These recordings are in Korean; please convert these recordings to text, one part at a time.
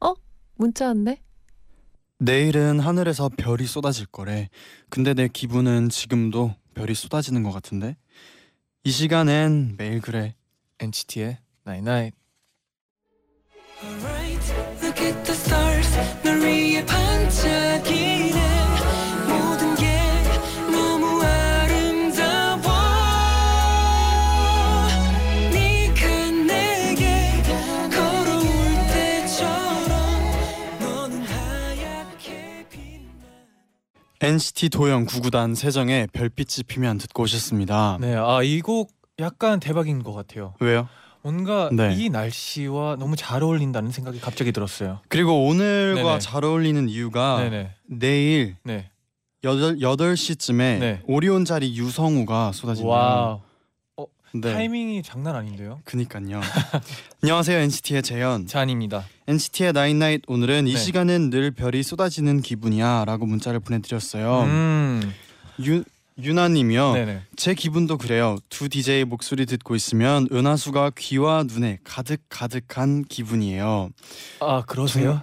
어? 문자 왔네? 내일은 하늘에서 별이 쏟아질 거래. 근데 내 기분은 지금도 별이 쏟아지는 것 같은데. 이 시간엔 매일 그래. NCT의 Night Night. Alright, look at the stars. 널 위해 반짝이네. 모든 게 너무 아름다워. 네가 내게 걸어올 때처럼 너는 하얗게 빛나. NCT 도영 구구단 세정의 별빛이 피면 듣고 오셨습니다. 네, 아 이 곡 약간 대박인 것 같아요. 왜요? 뭔가 네. 이 날씨와 너무 잘 어울린다는 생각이 갑자기 들었어요. 그리고 오늘과 네네. 잘 어울리는 이유가 네네. 내일 네. 8, 시쯤에 네. 오리온 자리 유성우가 쏟아진다. 와. 어, 네. 타이밍이 장난 아닌데요. 그니까요. 안녕하세요 NCT의 재현. 잔입니다. NCT의 나인나잇 오늘은 이 네. 시간은 늘 별이 쏟아지는 기분이야라고 문자를 보내드렸어요. 음. 유 유나님이요. 네네. 제 기분도 그래요. 두 DJ 목소리 듣고 있으면 은하수가 귀와 눈에 가득 가득한 기분이에요. 아 그러세요?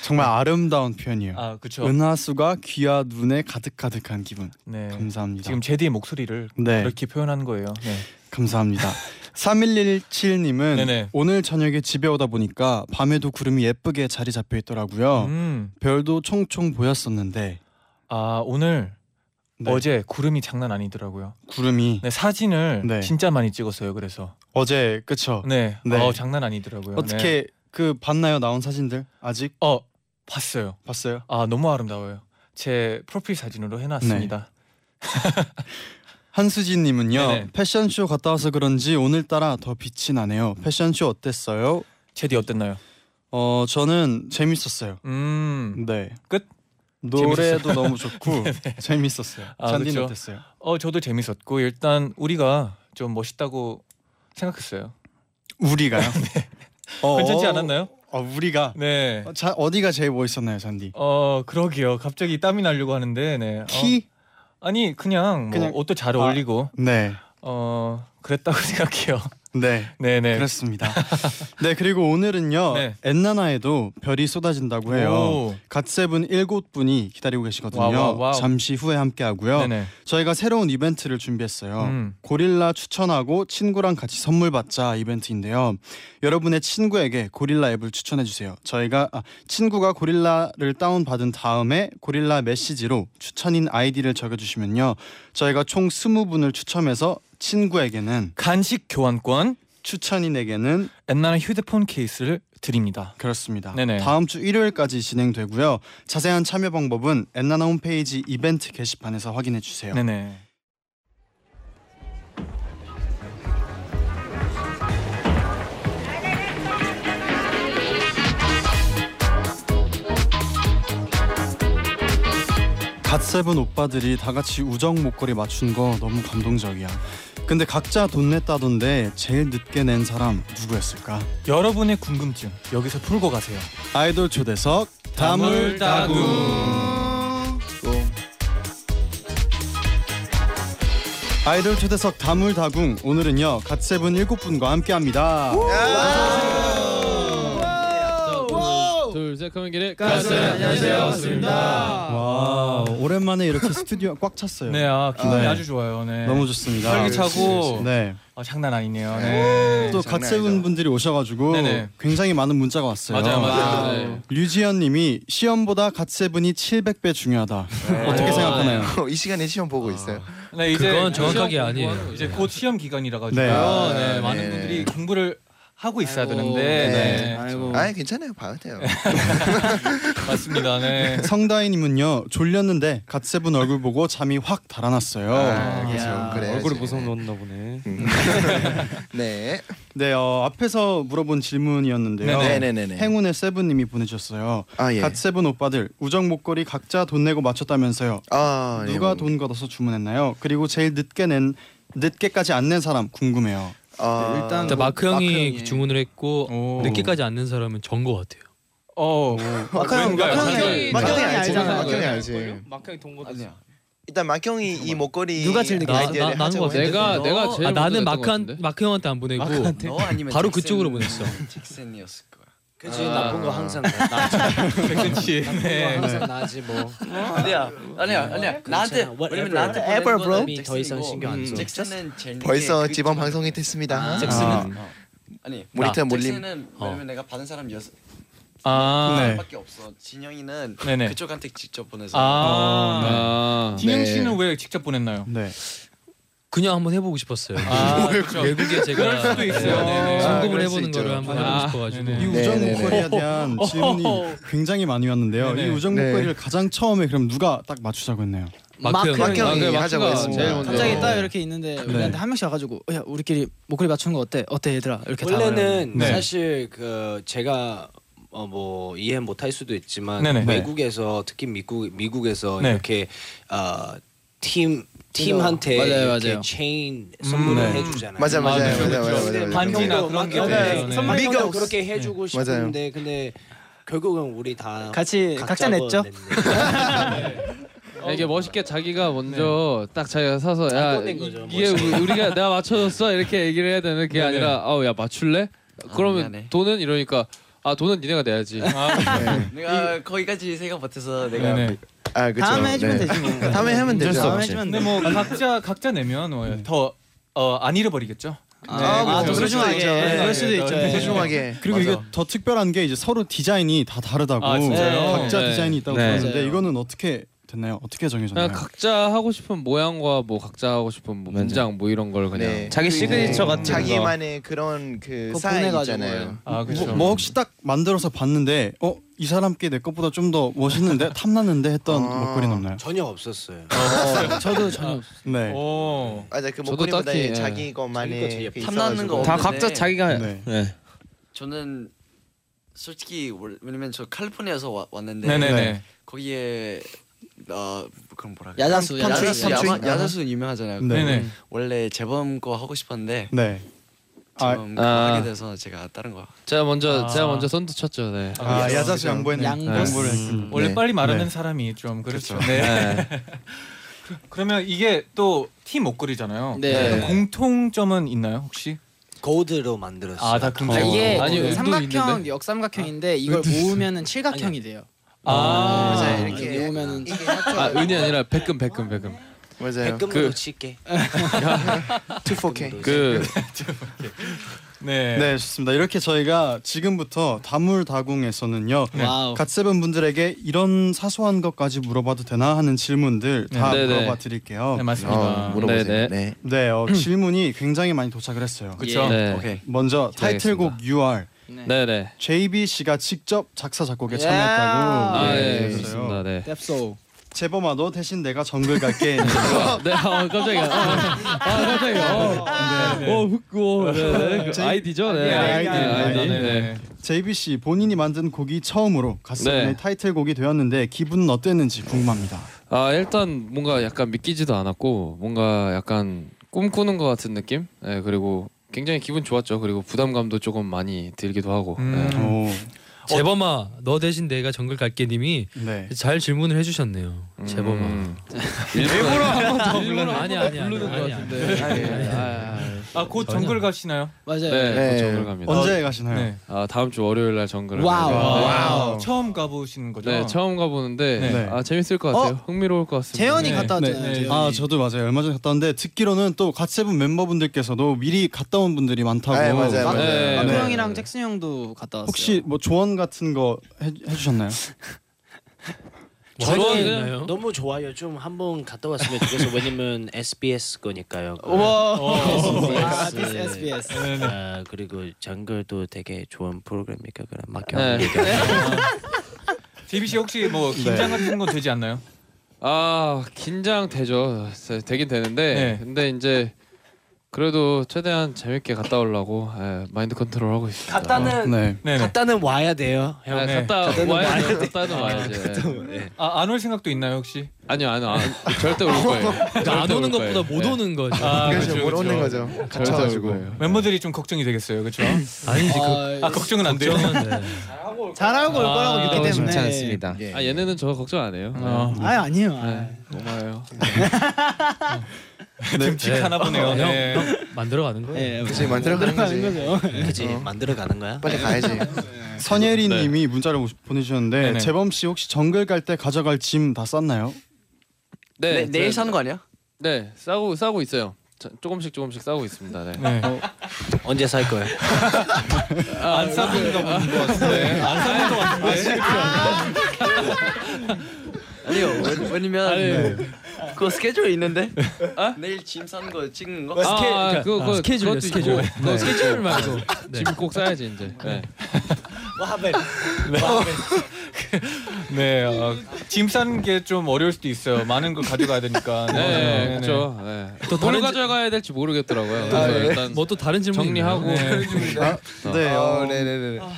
정말 아름다운 표현이에요. 아 그렇죠. 은하수가 귀와 눈에 가득 가득한 기분. 네. 감사합니다. 지금 제디의 목소리를 네, 그렇게 표현한 거예요. 네. 감사합니다. 3117님은 네네. 오늘 저녁에 집에 오다 보니까 밤에도 구름이 예쁘게 자리 잡혀 있더라고요. 음. 별도 총총 보였었는데 아 오늘 네, 어제 구름이 장난 아니더라고요. 구름이 네 사진을 네. 진짜 많이 찍었어요. 그래서 어제 그쵸? 네, 네. 어 장난 아니더라고요. 네. 어떻게 그 봤나요 나온 사진들 아직 어 봤어요. 봤어요? 아 너무 아름다워요. 제 프로필 사진으로 해놨습니다. 네. 한수진님은요 네네. 패션쇼 갔다 와서 그런지 오늘따라 더 빛이 나네요. 패션쇼 어땠어요? 제디 어땠나요? 어 저는 재밌었어요. 음, 네 끝? 네, 노래도 너무 좋고 재밌었어요. 아, 잔디는 그쵸. 어땠어요? 어 저도 재밌었고 일단 우리가 좀 멋있다고 생각했어요. 네. 우리가요? 어, 괜찮지 어, 않았나요? 어 우리가 네. 어, 자, 어디가 제일 멋있었나요, 잔디? 어 그러게요. 갑자기 땀이 나려고 하는데, 네. 어, 키? 아니 그냥, 뭐 그냥- 옷도 잘 아. 어울리고 네, 어 그랬다고 생각해요. 네. 네네. 그렇습니다. 네 그리고 오늘은요 네. 엔나나에도 별이 쏟아진다고 해요. 갓세븐 일곱 분이 기다리고 계시거든요. 와우, 와우, 와우. 잠시 후에 함께하고요. 네네. 저희가 새로운 이벤트를 준비했어요. 음. 고릴라 추천하고 친구랑 같이 선물 받자 이벤트인데요. 여러분의 친구에게 고릴라 앱을 추천해 주세요. 저희가 아, 친구가 고릴라를 다운 받은 다음에 고릴라 메시지로 추천인 아이디를 적어 주시면요. 저희가 총 20분을 추첨해서 친구에게는 간식 교환권 추천인에게는 엔나나 휴대폰 케이스를 드립니다. 그렇습니다. 네네. 다음 주 일요일까지 진행되고요. 자세한 참여 방법은 엔나나 홈페이지 이벤트 게시판에서 확인해 주세요. 네네. 갓세븐 오빠들이 다 같이 우정 목걸이 맞춘 거 너무 감동적이야. 근데 각자 돈 냈다던데 제일 늦게 낸 사람 누구였을까? 여러분의 궁금증 여기서 풀고 가세요. 아이돌 초대석 다물다궁. 아이돌 초대석 다물다궁 오늘은요 갓세븐 일곱 분과 함께합니다. 둘셋 커밍 길의 가스! 안녕하세요, 스입니다. 와 오랜만에 이렇게 스튜디오 가 꽉 찼어요. 네, 아 기분이 네. 아, 주 좋아요. 네. 너무 좋습니다. 활기차고 네. 아, 장난 아니네요. 네. 또 갓세븐 분들이 오셔가지고 네네. 굉장히 많은 문자가 왔어요. 맞아요, 맞아요. 네. 류지연님이 시험보다 갓세븐이 700배 중요하다. 어떻게 오. 생각하나요? 아, 네. 이 시간에 시험 보고 있어요. 네, 이제 그건 정확하게 시험 아니에요. 공부하는 거죠. 이제 곧 시험 기간이라 가지고 네. 네. 아, 네. 많은 분들이 공부를 하고 있어야 되는데 네. 네. 아이고. 아니 괜찮아요, 봐도 돼요. 맞습니다. 네. 성다희님은요 졸렸는데 갓세븐 얼굴 보고 잠이 확 달아났어요. 아, 그래서 그래요. 음. 얼굴을 지금. 보석 넣었나 보네. 네. 네, 어, 앞에서 물어본 질문이었는데요. 네네네네. 행운의 세븐님이 보내주셨어요. 아 예. 갓 세븐 오빠들 우정 목걸이 각자 돈 내고 맞췄다면서요. 아 예. 누가 돈 걷어서 주문했나요? 그리고 제일 늦게 낸 늦게까지 안 낸 사람 궁금해요. 아, 네, 일단 일단 마크 마크 형이 형이. 주문을 했고 오. 늦게까지 앉는 사람은 전 거 같아요. 어. 마크형 마크형이 자기- 마크형이 자기 알지 알잖아. 마크형이 알지. 마크 형돈 일단 마크형이 이 목걸이 누가 제일 늦게 나- 나- 네, 아이디어를 나는 하자고 거 같아. 했는데 내가 내가 제일 아, 먼저 나는 냈던 것 마크 같은데? 마크 형한테 안 보내고 너 아니면 바로 잭슨- 그쪽으로 보냈어. 잭슨이었을 거야. 그치, 나쁜 거 어. 항상 백근치. 네. 항상 나지 뭐. 아니야 아니야 아니야 나한테 왜냐면 나한테 Ever, bro. 더 이상 신경 안 써. 잭슨은 제일 늦게 벌써 그- 지방 방송이 됐습니다. 아, 아, 잭슨은 아니 모니터 몰림. 잭슨은 어. 왜냐면 내가 받은 사람 여섯 아. 네. 명밖에 없어. 진영이는 어, 네네. 그쪽한테 직접 보내서. 어, 아. 아. 디영 네. 씨는 왜 직접 보냈나요? 네. 그냥 한번 해보고 싶었어요. 아, 그렇죠. 외국에 제가 그럴 수도 있어요. 네네. 아, 송금을 그럴 수 해보는 있죠. 거를 한번 아, 해보고 싶어가지고. 네네. 이 네, 우정 네, 목걸이에 대한 질문이 굉장히 많이 왔는데요. 네네. 이 우정 네. 목걸이를 가장 처음에 그럼 누가 딱 맞추자고 했나요? 마크 마크 형이 아, 형이 그래, 하자고 마크가 했습니다. 제일 먼저. 갑자기 딱 이렇게 있는데 우리한테 한 명씩 와가지고 "어, 야 우리끼리 목걸이 맞추는 거 어때? 어때 얘들아? 이렇게 다 말하는 원래는 네. 사실 그 제가 어 뭐 이해 못 할 수도 있지만 네네. 외국에서 특히 미국 미국에서 네. 이렇게 어, 어팀 팀한테 맞아요, 이렇게 맞아요. 체인 선물을 네. 해주잖아요. 맞아 맞아 아, 네. 맞아 맞아 맞아. 반지나 그런 게 네. 있잖아요. 선물 미국에서 정도 그렇게 해주고 맞아요. 싶은데 근데 결국은 우리 다 같이 각자 각자고 냈죠? 냈네. 이게 멋있게 자기가 먼저 딱 자기가 사서 야 안 꺼낸 거죠, 이게 멋있게. 우- 우리가 내가 맞춰줬어 이렇게 얘기를 해야 되는 게 네네. 아니라 아우 야 맞출래? 그러면 돈은 이러니까 아 돈은 니네가 내야지. 아, 내가 거기까지 생각 못해서 내가 네네. 아 그쵸. 다음에 해주면 네. 되지 뭐. 다음에 하면 되죠. 다음에 해주면 근데 돼. 뭐 각자 각자 내면 뭐 더어안 잃어버리겠죠. 아, 뭐 그럴 수도 소중하게. 있죠. 그럴 수도 있죠. 네. 소중하게. 그리고 맞아. 이게 더 특별한 게 이제 서로 디자인이 다 다르다고 아, 진짜요? 각자 네. 디자인이 있다고 네. 아, 들었는데 맞아요. 이거는 어떻게 됐나요? 어떻게 정해졌나요? 그냥 각자 하고 싶은 모양과 뭐 각자 하고 싶은 뭐 문장 뭐 이런 걸 그냥 네. 자기 시그니처 같은 자기만의 그런 그 그거 사인 보내가지고 있잖아요. 아 그렇죠. 뭐, 뭐 혹시 딱 만들어서 봤는데 어 이 사람께 내 것보다 좀 더 멋있는데 탐났는데 했던 아. 목걸이는 없나요? 전혀 없었어요. 저도 전혀 없어요. 네. 오. 맞아 그 저도 목걸이보다 딱히, 예. 자기 자기 거 제일 것만의 그 예뻐. 어. 탐나는 거 다 없는데 각자 자기가 네. 예. 저는 솔직히 월- 왜냐면 저 캘리포니아에서 와- 왔는데 네네네. 거기에 어 그럼 뭐라 그래? 야자수 펀치, 야자수. 야자수 펀치. 야마- 야자수 유명하잖아요. 네. 네네. 원래 재범 거 하고 싶었는데 네. 아, 재범 거 아. 하게 돼서 제가 다른 거 제가 먼저 아. 제가 먼저 선두 쳤죠. 네. 아, 아 야자수 양보했네. 양보. 양보를 했습니다. 음. 원래 네. 빨리 말하는 네. 사람이 좀 그렇죠. 네. 그- 그러면 이게 또 팀 목걸이잖아요. 네. 그럼 공통점은 있나요 혹시? 고드로 만들었어요. 아 다 아, 근데 이게 아니, 의도 삼각형 있는데? 역삼각형인데 이걸 모으면은 칠각형이 돼요. 아, 맞아요 이렇게 이렇게 모으면은 이게 아 합쳐가지고. 은이 아니라 백금 백금 백금. 그 맞아요. 백금으로 칠게. 투 4K. 그 네. 네, 좋습니다. 이렇게 저희가 지금부터 다물다궁에서는요. 와우. 갓세븐 분들에게 이런 사소한 것까지 물어봐도 되나 하는 질문들 다 네, 네. 물어봐 드릴게요. 네, 어, 맞습니다. 물어보세요. 네, 네. 네. 네, 어, 질문이 굉장히 많이 도착을 했어요. 그렇죠. 네. 오케이. 먼저 타이틀곡 UR 네네. JB 씨가 직접 작사 작곡에 예. 참여했다고 아 네, 예, 그랬어요. 그렇습니다. 네. 뎁소. 제범아 너 대신 내가 정글 갈게. 네, 어, 깜짝이야. 어, 아, 깜짝이야. 어, 어, 흑고. 네, 네. 아이디죠, 네. 네, 아이디, 아이디. 아이디. 네. JB 씨 본인이 만든 곡이 처음으로 갓세븐의 네. 타이틀곡이 되었는데 기분은 어땠는지 궁금합니다. 아, 일단 뭔가 약간 믿기지도 않았고, 뭔가 약간 꿈꾸는 것 같은 느낌? 네, 그리고 굉장히 기분 좋았죠. 그리고 부담감도 조금 많이 들기도 하고. 음. 네. 오, 재범아, 너 대신 내가 정글 갈게님이 네. 잘 질문을 해주셨네요. 재범아. 음. 일부러 한번더 일부러 아니 아니 아니 부르는 것 아니 같은데. 아, 아곧 정글 가시나요? 맞아요. 네, 네. 네. 정글 갑니다. 언제 가시나요? 네. 아, 다음 주 월요일 날 정글. 와우. 와우. 처음 가보시는 거죠? 네, 처음 가보는데 네. 아 재밌을 것 같아요. 흥미로울 것 같습니다. 재현이 네. 갔다 왔잖아요. 네, 네. 재현이. 아 저도 맞아요 얼마 전에 갔다 왔는데 듣기로는 또 갓세븐 멤버분들께서도 미리 갔다 온 분들이 많다고 아, 맞아요. 막- 네. 마크 네. 형이랑 잭슨 형도 갔다 왔어요. 혹시 뭐 조언 같은 거 해, 해주셨나요? 저는 있나요? 너무 좋아요. 좀 한번 갔다 왔으면 좋겠어. 왜냐면 SBS 거니까요. 와. 아, SBS. this SBS. 아, 그리고 정글도 되게 좋은 프로그램이니까 그럼 막혀. 네. JB 씨 혹시 뭐 네. 긴장 같은 건 되지 않나요? 아 긴장되죠. 되긴 되는데 네. 근데 이제 그래도 최대한 재밌게 갔다 오려고 예, 마인드 컨트롤 하고 있습니다. 갔다는 네. 네네. 갔다는 와야 돼요. 예, 형. 네. 갔다 갔다는 와야 와야 돼. 갔다는 와야 돼. 아, 안 올 생각도 있나요 혹시? 아니요, 아니요, 안- 절대 올 거예요. 절대 그러니까 안 오는 올 거예요. 것보다 못 예, 오는 거죠. 아, 그래서 그렇죠. 그쵸, 못 그쵸. 오는 거죠. 그렇죠. 절대 올 갇혀가지고. 거예요. 음. 멤버들이 좀 걱정이 되겠어요, 그렇죠? 아니지 그 아, 아 걱정은 안 돼요. 걱정은 네. 잘하고 올 거라고 아, 믿기 때문에. 쉽지 않습니다. 예. 아 얘네는 저 걱정 안 해요. 어, 아 아니에요. 예, 아. 예, 고마워요. 듬직하나 네. 아, 보네요. 형, 네. 형 만들어 가는 거예요. 예, 네, 그치, 만들어 가는 거지. 거죠. 그지 어. 만들어 가는 거야. 빨리 가야지. 선예리님이 문자를 오- 보내주셨는데 네네. 재범 씨 혹시 정글 갈 때 가져갈 짐 다 쌌나요? 네, 내, 내일 저- 사는 거 아니야? 네, 싸고 싸고 있어요. 자, 조금씩 조금씩 싸고 있습니다. 네. 네. 언제 살 거야? 아, 안 네. 싸우는 거 같은 것 같은데. 네. 안 싸우는 거 아, 같은데. 아니요. 왜- 왜냐면 네. 아니, 그거 스케줄 있는데 그러니까 내일 짐 사는 거 찍는 거? 아, 아, 그거 그거 스케줄이요, 그것도 스케줄. 있고, 그거 네. 스케줄 말고 아, 네. 짐 꼭 싸야지 이제. 네. 와벨. 네. 어, 짐 싸는 게 좀 어려울 수도 있어요. 많은 걸 가져가야 되니까. 네, 그렇죠. 네. 또 뭘 다른 지- 가져가야 될지 모르겠더라고요. 아, 그래서 네. 일단 뭐 또 다른 질문 정리하고 네. 아, 네. 어, 어, 네네네. 아.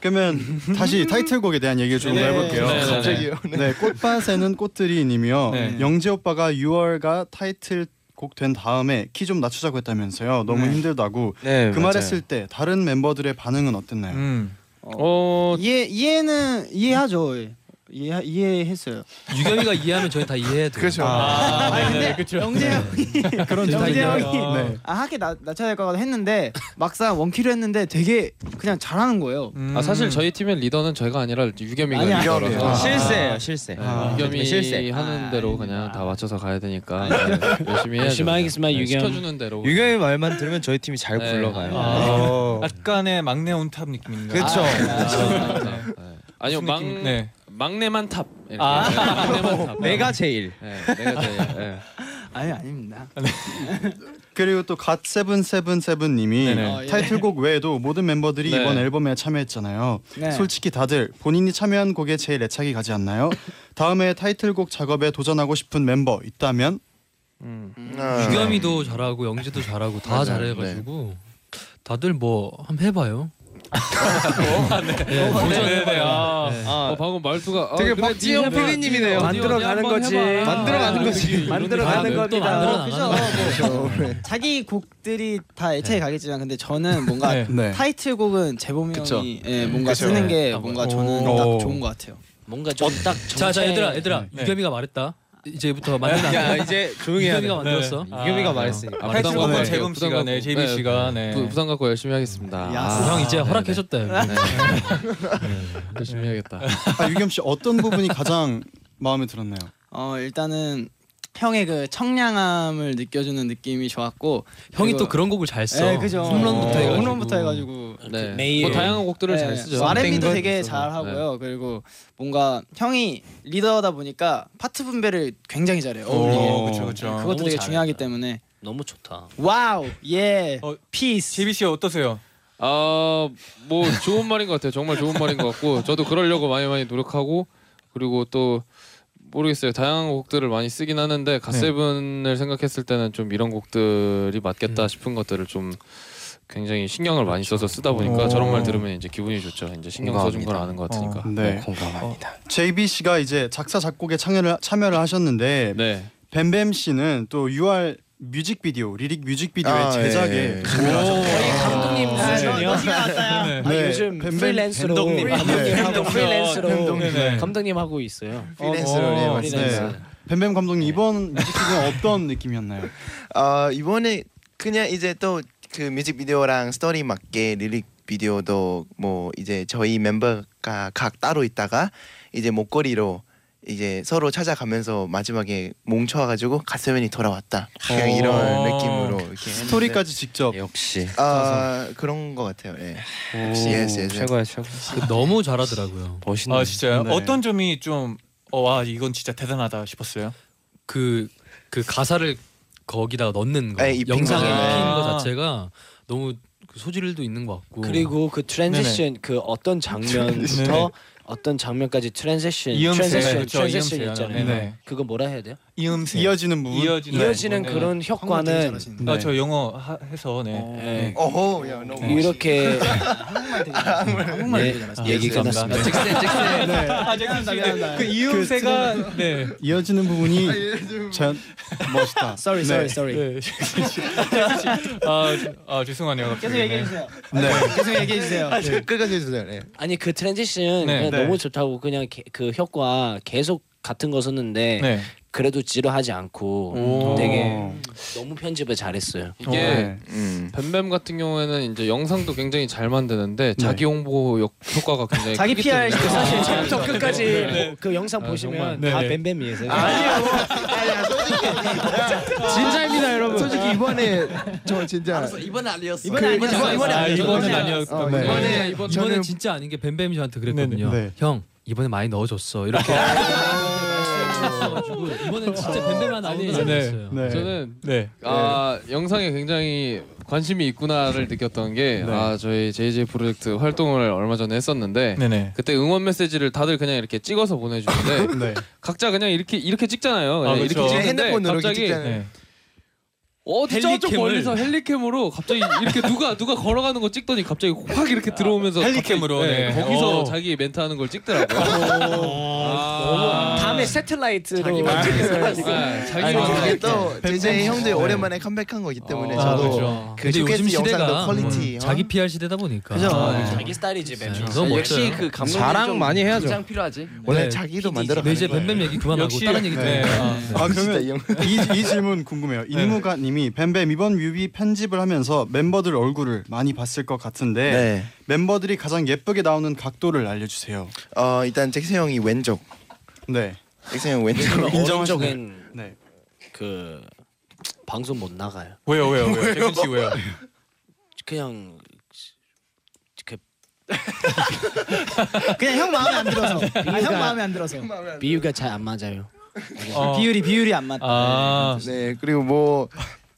그러면 다시 타이틀곡에 대한 얘기를 조금 더 네. 해볼게요. 네, 네, 네. 갑자기요. 네. 네, 꽃밭에는 꽃들이님이요. 네. 영재 오빠가 6월가 타이틀 곡 된 다음에 키 좀 낮추자고 했다면서요. 너무 네. 힘들다고. 네, 그 말했을 때 다른 멤버들의 반응은 어땠나요? 음. 어, 이해 이해는 이해하죠. 예. 이해 이해했어요. 유겸이가 이해하면 저희 다 이해해 도 그렇죠. 아, 아니, 네, 근데 그렇죠. 영재 형이 그런 다 영재 이해해요. 형이 네. 아 하게 낮- 낮춰야 될 것 같다 했는데 막상 원키로 했는데 되게 그냥 잘하는 거예요. 음. 아 사실 저희 팀의 리더는 저희가 아니라 유겸이가 아니야. 리더라서 네, 아. 실세예요, 실세. 아. 유겸이 실세. 하는 대로 그냥 다 맞춰서 가야 되니까 네, 열심히 해야죠. 열심히 하겠지만 네, 유겸- 시켜주는 대로. 유경의 말만 들으면 저희 팀이 잘 네. 굴러가요. 어, 아, 약간의 막내 온탑 느낌인가? 그쵸. 아, 네. 아니요 무슨 막 느낌? 네. 막내만 탑. 이렇게. 아. 네, 막내만 탑. 내가 제일. 네, 내가 제일. 네. 아니 아닙니다. 그리고 또 갓세븐세븐세븐님이 네네. 어, 예. 타이틀곡 외에도 모든 멤버들이 네. 이번 앨범에 참여했잖아요. 네. 솔직히 다들 본인이 참여한 곡에 제일 애착이 가지 않나요? 다음에 타이틀곡 작업에 도전하고 싶은 멤버 있다면? 음. 유겸이도 잘하고 영재도 잘하고 다 맞아요. 잘해가지고 다들 뭐 한번 해봐요. 아, 네, 네, 네. 도전해봐요. 아. 네. 어, 방금 말투가 어, 되게 그래, 박지영 니 해봐. PD님이네요. 어디, 어디 만들어가는 한번 거지. 해봐. 만들어가는 아, 거지. 이런 만들어가는 거 아, 또 겁니다. 만들어 어, 나가는 그죠. 거예요. 자기 곡들이 다 애착이 가겠지만 근데 저는 뭔가 네. 네. 타이틀곡은 재범이 그쵸. 형이 예, 뭔가 그쵸. 쓰는 게 아, 뭔가 오. 저는 오. 딱 좋은 것 같아요. 뭔가 좀딱 어, 자, 자, 얘들아, 얘들아, 네. 유겸이가 말했다. 아, 어, 이제부터 만들면 안 야 돼. 이제 조용히 해야 돼. 네. 유겸이가 만들었어. 네, 아, 유겸이가 말했으니까. 아, 부담 갖고 탈출과 할게요. 재범 부담 씨가 네, 갖고. 제비 네, 씨가 네. 부- 부담 갖고 열심히 하겠습니다. 야, 아, 형 이제 네네. 허락해줬다. 여기. 네. 열심히 해야겠다. 아, 유겸 씨 어떤 부분이 가장 마음에 들었나요? 어 일단은 형의 그 청량함을 느껴주는 느낌이 좋았고 형이 그리고- 또 그런 곡을 잘 써. 예, 그죠. 홈런부터 해가지고. 홈런부터 해가지고 예. 뭐 네. 매일. 뭐 다양한 곡들을 잘 쓰죠. R&B도 땡글. 되게 잘 하고요. 그리고 뭔가 형이 리더다 보니까 파트 분배를 굉장히 잘해요. 어울리게. 네, 오, 그렇죠, 그렇죠. 그것도 너무 되게 잘해요. 중요하기 때문에 너무 좋다. 와우 예 어, 피스 제비 씨 어떠세요? 아, 뭐 좋은 말인 것 같아요. 정말 좋은 말인 것 같고 저도 그러려고 많이 많이 노력하고 그리고 또 모르겠어요. 다양한 곡들을 많이 쓰긴 네. 하는데 갓세븐을 생각했을 때는 좀 이런 곡들이 음. 맞겠다 싶은 것들을 좀 굉장히 신경을 많이 써서 쓰다 보니까 오. 저런 말 들으면 이제 기분이 좋죠. 이제 신경 써준 걸 아는 것 같으니까. 어. 네. 공감합니다. JB 씨가 이제 작사 작곡에 참여를 참여를 하셨는데 네. 뱀뱀 씨는 또 UR 뮤직비디오 리릭 뮤직비디오의 아, 제작에 아, 예. 참여하셨어요. 감독님 수준이요? 네. 아, 요즘 뱀뱀 프리랜서로 감독님. 네. 감독님 하고 프리랜서로 네, 네. 감독님 하고 있어요. 프리랜서로 예, 맞습니다. 프리랜서. 네. 뱀뱀 감독님 이번 뮤직비디오 어떤 느낌이었나요? 아 이번에 그냥 이제 또 그 뮤직비디오랑 스토리 맞게 리릭 비디오도 뭐 이제 저희 멤버가 각 따로 있다가 이제 목걸이로 이제 서로 찾아가면서 마지막에 뭉쳐가지고 가세븐이 돌아왔다 그냥 오. 이런 네. 느낌으로 이렇게 했는데 어. 스토리까지 직접. 역시 아 그런 것 같아요. 예. 역시 예스 예스. 최고야 최고 너무 잘하더라고요. 멋있네 그 아 진짜요? 네. 어떤 점이 좀 어, 와 이건 진짜 대단하다 싶었어요. 그, 그 가사를 거기다가 넣는 거. 아, 입힌 영상에 거죠. 입힌 아. 거 자체가 너무 그 소질도 있는 것 같고. 그리고 그 트랜지션 그 어떤 장면부터 어떤 장면까지 트랜지션 이음새, 트랜지션 그쵸, 트랜지션 이음새라는, 있잖아요. 네. 그거 뭐라 해야 돼요? 이음새. 이어지는 부분? 이어지는, 이어지는 부분. 그런 네. 효과는- 한국말 되게 잘하시는데. 아, 네. 저 영어 하, 해서 네. 네. 이렇게 한국말 예, 되게 잘하시네요. 얘기가 죄송합니다. 났습니다. 네. 아, 제가 미안합니다. 그 이음새가 네. 이어지는 부분이 참 멋있다. Sorry, 네. sorry, sorry. 아, 저- 아 죄송하네요. 갑자기. 계속 얘기해 주세요. 네. 계속 얘기해 주세요. 아, 끝까지 해주세요. 네. 아니 그 트랜지션 네. 그냥 네. 너무 좋다고 그냥 게- 그 효과 계속 같은 거 썼는데 네. 그래도 지루하지 않고 오. 되게 너무 편집을 잘했어요. 네. 이게 음. 뱀뱀 같은 경우에는 이제 영상도 굉장히 잘 만드는데 자기 홍보 역- 효과가 굉장히 자기 크기 때문에 PR 시켜. 사실 아, 처음부터 네. 끝까지 네. 뭐 그 영상 아, 보시면 정말. 다 네. 뱀뱀이에요. 진짜입니다, 여러분. 솔직히 이번에 저 진짜 이번에 아니었어. 이번에 아니었어. 이번에 아, 아니었어. 이번은 이번에 아니었고 어, 요 네. 이번에 이번에 이번에 저는- 진짜 아닌 게 뱀뱀이 저한테 그랬거든요. 네네, 네. 형 이번에 많이 넣어줬어 이렇게. 그래가지고 이번엔 진짜 뱀뱀만 나오는 줄 네. 알았어요. 네. 저는 네. 아 영상에 굉장히 관심이 있구나를 느꼈던 게 네. 아 저희 JJ 프로젝트 활동을 얼마 전에 했었는데 네, 네. 그때 응원 메시지를 다들 그냥 이렇게 찍어서 보내주는데 네. 각자 그냥 이렇게 이렇게 찍잖아요. 그냥 아, 그렇죠. 이렇게 찍는데 핸드폰으로 이렇게 갑자기 찍잖아요. 네. 어디 저쪽 헬리캠을. 멀리서 헬리캠으로 갑자기 이렇게 누가 누가 걸어가는 거 찍더니 갑자기 확 이렇게 들어오면서 헬리캠으로, 갑자기, 네. 거기서 오. 자기 멘트 하는 걸 찍더라고요. 아. 어. 다음에 새틀라이트로 네, 자기 아니, 멘트. 이게 또 제제 형들 네. 오랜만에 컴백한 거기 때문에 어, 저도 그렇죠. 그 근데 요즘 쇼케이스 영상도 시대가 퀄리티, 음, 어? 자기 PR 시대다 보니까. 그죠. 아, 네. 자기 스타일이지 뱀뱀. 너무 역시 멋져요. 그 감독님 자랑 좀 많이 해야죠. 긴장 필요하지. 원래 네. 자기도 만들어 근데 가는 이제 거예요. 뱀뱀 얘기 그만하고 역시- 다른 얘기 좀. 네. 해요. 아. 아 진짜 그러면 이 형. 네. 이, 이 질문 궁금해요. 임무가님이 뱀뱀 이번 뮤비 편집을 하면서 멤버들 얼굴을 많이 봤을 것 같은데 네. 멤버들이 가장 예쁘게 나오는 각도를 알려주세요. 어 일단 잭세 형이 왼쪽. 네. 잭세 형 왼쪽. 음, 인정적인 네. 네. 그 방송 못 나가요. 왜요, 왜요, 왜요? 재근 씨 왜요? 그냥 그 그냥 형 마음에 안 들어서. 아, 형 마음에 안 들어서. 그러니까 비유가 잘 안 맞아요. 어. 비율이 비율이 안 맞다. 아, 네 그리고 뭐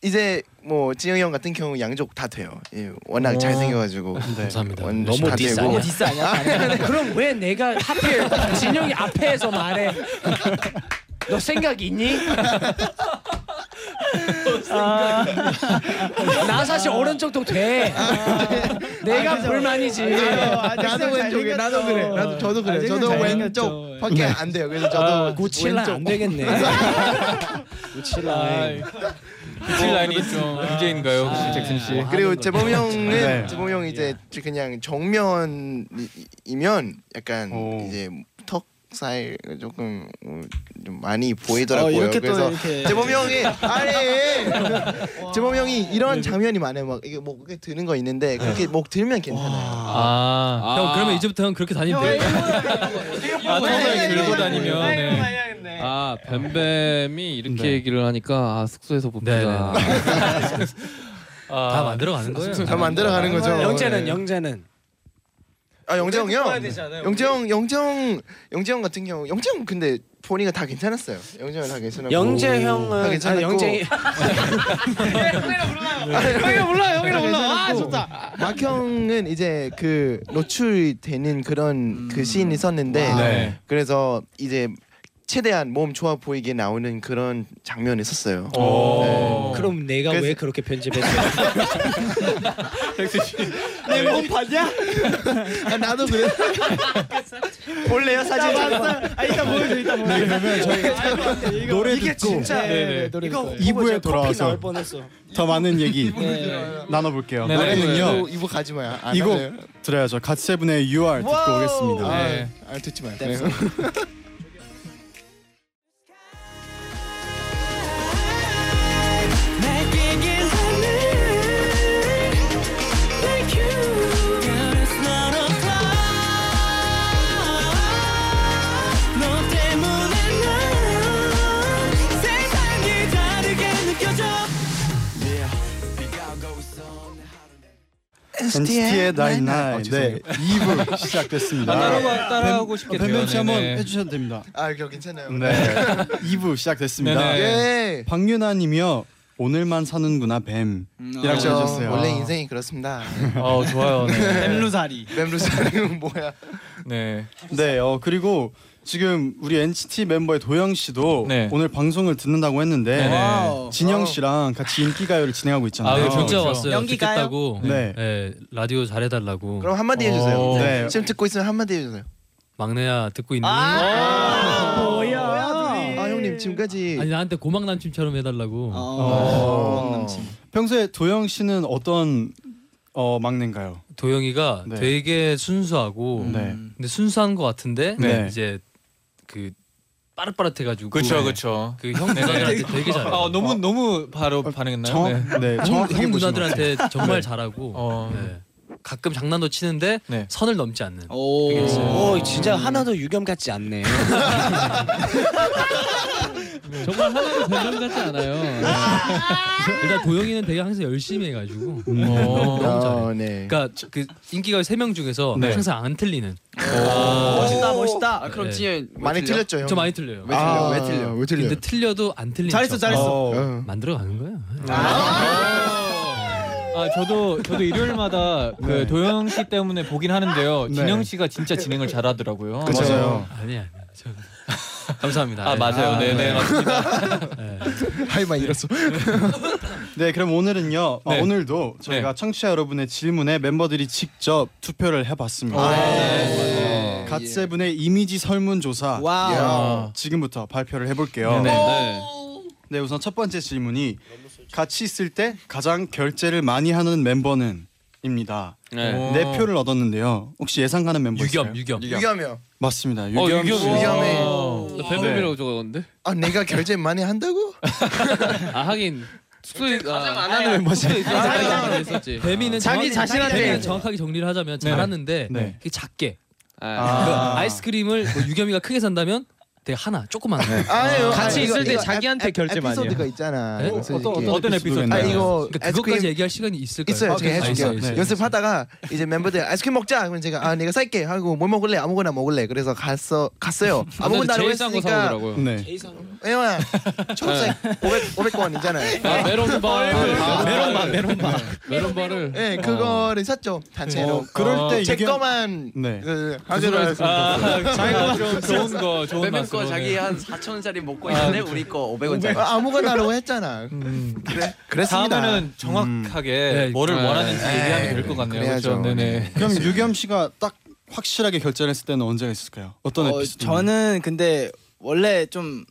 이제 뭐 진영이 형 같은 경우 양쪽 다 돼요. 예, 워낙 오. 잘생겨가지고. 네, 감사합니다. 원- 너무 다뭐 디스 되고. 네. 아니야? 디스 아니야? 그럼 왜 내가 하필 진영이 앞에서 말해? 너 생각 있니? 아, 나 사실 오른쪽도 돼. 내가 아, 그죠. 불만이지. 나도 왼쪽에 나도 그래. 나도 저도 그래. 아직은 네. 저도 잘생겼죠. 왼쪽밖에 안 돼요. 그래서 저도 아, 고칠라 왼쪽. 안 되겠네. 고칠라. 질 라인이 좀 문제인가요, 혹시 아, 잭슨 씨? 아, 그리고 하는 재범 형은 네. 재범 형 이제 그냥 정면이면 약간 오. 이제 턱살 조금 어, 좀 많이 보이더라고요. 이렇게 또 그래서 이렇게. 재범 형이 아니 재범 형이 이런 장면이 많아요. 막 이게 목 이렇게 드는 거 있는데 그렇게 목 들면 괜찮아요. 아, 형 그러면 이제부터 형 그렇게 다니면 네. 돼. 아, 정말 이거 들고 이거 다니면. 네. 아 뱀뱀이 이렇게 네. 얘기를 하니까 아 숙소에서 봅시다. 아, 다 만들어 가는 거예요. 다 만들어 가는 거죠. 아, 네. 네. 영재는 영재는 아 영재 형 형. 영재 형 영재 형 영재 형 같은 경우 영재 형 근데 보니까 다 괜찮았어요. 영재 형다 괜찮았고. 영재 아, 다 형은 아, 아, 괜찮았고. 영재 형이랑 몰라 형이랑 몰라. 아 괜찮았고. 좋다. 막형은 이제 그 노출되는 그런 그 씬이 있었는데 네. 그래서 이제 최대한 몸 좋아 보이게 나오는 그런 장면이 있었어요. 네. 오. 그럼 내가 그래서- 왜 그렇게 편집했어? 내 몸 봤냐? 아, 나도 그래. 볼래요 사진 잠깐만. 아 이따 보여줘 네, 이따 네, 보여줘. 그러면 저희 노래 듣고 네, 노래 이거 듣고. 2부에 커피 나올 돌아와서 뻔했어. 더 많은 얘기 네. 나눠볼게요. 네, 노래는요. 아, 이거 이거 가지 마요. 안 이곡 할래요. 들어야죠. 갓세븐의 UR 듣고 와우. 오겠습니다. 네, 아, 네. 아, 듣지 마요. 날 깨게 하는 Like you Girl it's not a crime 너 때문에 난 세상이 다르게 느껴져 NCT의 아, 죄송해요. 99. 네. 2부 시작됐습니다. 따라 따라하고 싶게 돼요. 뱀뱀 씨 한번 네네. 해주셔도 됩니다. 아, 그거 괜찮아요. 네. 2부 시작됐습니다. 네네. 예. 박윤아님이요. 오늘만 사는구나 뱀. 이라고 그렇죠. 해주셨어요. 원래 인생이 그렇습니다. 어, 좋아요. 네. 뱀루사리. 뱀루사리는 뭐야? 네. 네. 어 그리고 지금 우리 NCT 멤버의 도영 씨도 네. 오늘 방송을 듣는다고 했는데 네네. 와우. 진영 씨랑 같이 인기 가요를 진행하고 있잖아요. 아, 문자 네. 왔어요. 그렇죠. 연기가요? 듣겠다고. 네. 네. 네, 라디오 잘해달라고. 그럼 한마디 해주세요. 어. 네. 지금 듣고 있으면 한마디 해주세요. 아. 막내야 듣고 있니? 어. 뭐야? 아 형님 지금까지 어. 아니 나한테 고막남침처럼 해달라고. 어. 평소에 도영 씨는 어떤 어, 막내인가요? 도영이가 네. 되게 음. 순수하고 네. 근데 순수한 것 같은데 네. 이제 그 빠릇빠릇해가지고 네. 그쵸, 네. 그쵸. 그형 누나들한테 되게 잘해. 아, 너무 너무 바로 반응했나요? 정- 네, 형, 정확하게 보신 형것 누나들한테 같아요. 정말 네. 잘하고 어. 네. 네. 가끔 장난도 치는데 선을 넘지 않는. 오, 그게 있어요. 오, 진짜 하나도 유겸 같지 않네. 정말 하나도 별명 같지 않아요. 네. 일단 도영이는 되게 항상 열심히 해가지고 네. 너무 너무 잘해. 어, 네. 어. 그러니까 그 인기가 세 명 중에서 네. 항상 안 틀리는. 아. 어. 멋있다 멋있다. 아, 그럼 네. 진현 많이 틀렸죠 형. 좀 많이 아. 틀려요. 왜 틀려? 왜 틀려? 왜 틀려? 근데 틀려도 안 틀린. 잘했어, 척. 잘했어. 어. 만들어가는 거야. 아 저도 저도 일요일마다 그 네. 도영 씨 때문에 보긴 하는데요. 네. 진영 씨가 진짜 진행을 잘하더라고요. 그쵸. 어. 맞아요. 아니, 아니, 저- 감사합니다. 아 네. 맞아요. 아, 네네 네. 네. 맞습니다. 하이만 이랬어. 네, 그럼 오늘은요. 아, 네. 오늘도 저희가 청취자 여러분의 질문에 멤버들이 직접 투표를 해봤습니다. 네. 갓세븐의 이미지 설문조사. 와우. 예. 지금부터 발표를 해볼게요. 네네. 네. 우선 첫 번째 질문이 같이 있을 때 가장 결제를 많이 하는 멤버는. 입니다. 네. 네. 오. 표를 얻었는데요. 혹시 예상가는 멤버 있어요? 유겸, 유겸. 아. 유겸이요. 맞습니다. 어, 아, 유겸. 유겸. 씨. 유겸에. 네. 나 뱀뱀이라고 적었는데. 아 내가 결제 많이 한다고? 아 하긴 숙소에 아, 가장 안 하는 아, 멤버지. 아, 가장 했었지. 데미는 자기 정확히- 자신한테. 데미는 정확하게 정리를 하자면 네. 잘하는데 네. 그게 작게. 아. 아. 이스크림을 유겸이가 크게 산다면 되게 하나 조그만. 거. 아유, 같이 아, 있을 때 이거 자기한테 에- 결제 많이 에피소드가 해요. 있잖아. 네? 솔직히. 어떤- 어떤 어떤 에피소드 아 있나요? 이거 그러니까 아이스크림- 그것까지 얘기할 시간이 있을까요? 있어요. 아, 제가 그래서- 해줄게요. 아, 있어요, 있어요. 연습하다가 이제 멤버들 아이스크림 먹자. 그러면 제가 아 내가 살게 하고 뭐 먹을래? 아무거나 먹을래. 그래서 갔어 갔어요. 아무거나 제일 라고 싼거 했으니까 사오더라고요. 네. 형아 초록색 500 500 원 있잖아요. 아, 네. 메론바. 메론바 메론바. 메론바를. 아. 네 그거를 샀죠 단체로. 어, 그럴 때 제 이게- 거만 네. 그 아, 가져라. 자기가 좀 좋은 거 아, 좋은 뱀뱀 맛으로. 네. 거 자기 한 4천 원짜리 먹고 있는데 우리 거 500원짜리. 아, 아무거나로 했잖아. 음. 그래 그랬습니다. 다음에는 정확하게 네. 뭐를 네. 원하는지 네. 얘기하면 될 것 같네요. 그래야죠. 그렇죠. 네네. 그럼 유겸 씨가 딱 확실하게 결제를 했을 때는 언제가 있을까요? 어떤 어, 에피소드? 저는 근데 원래 좀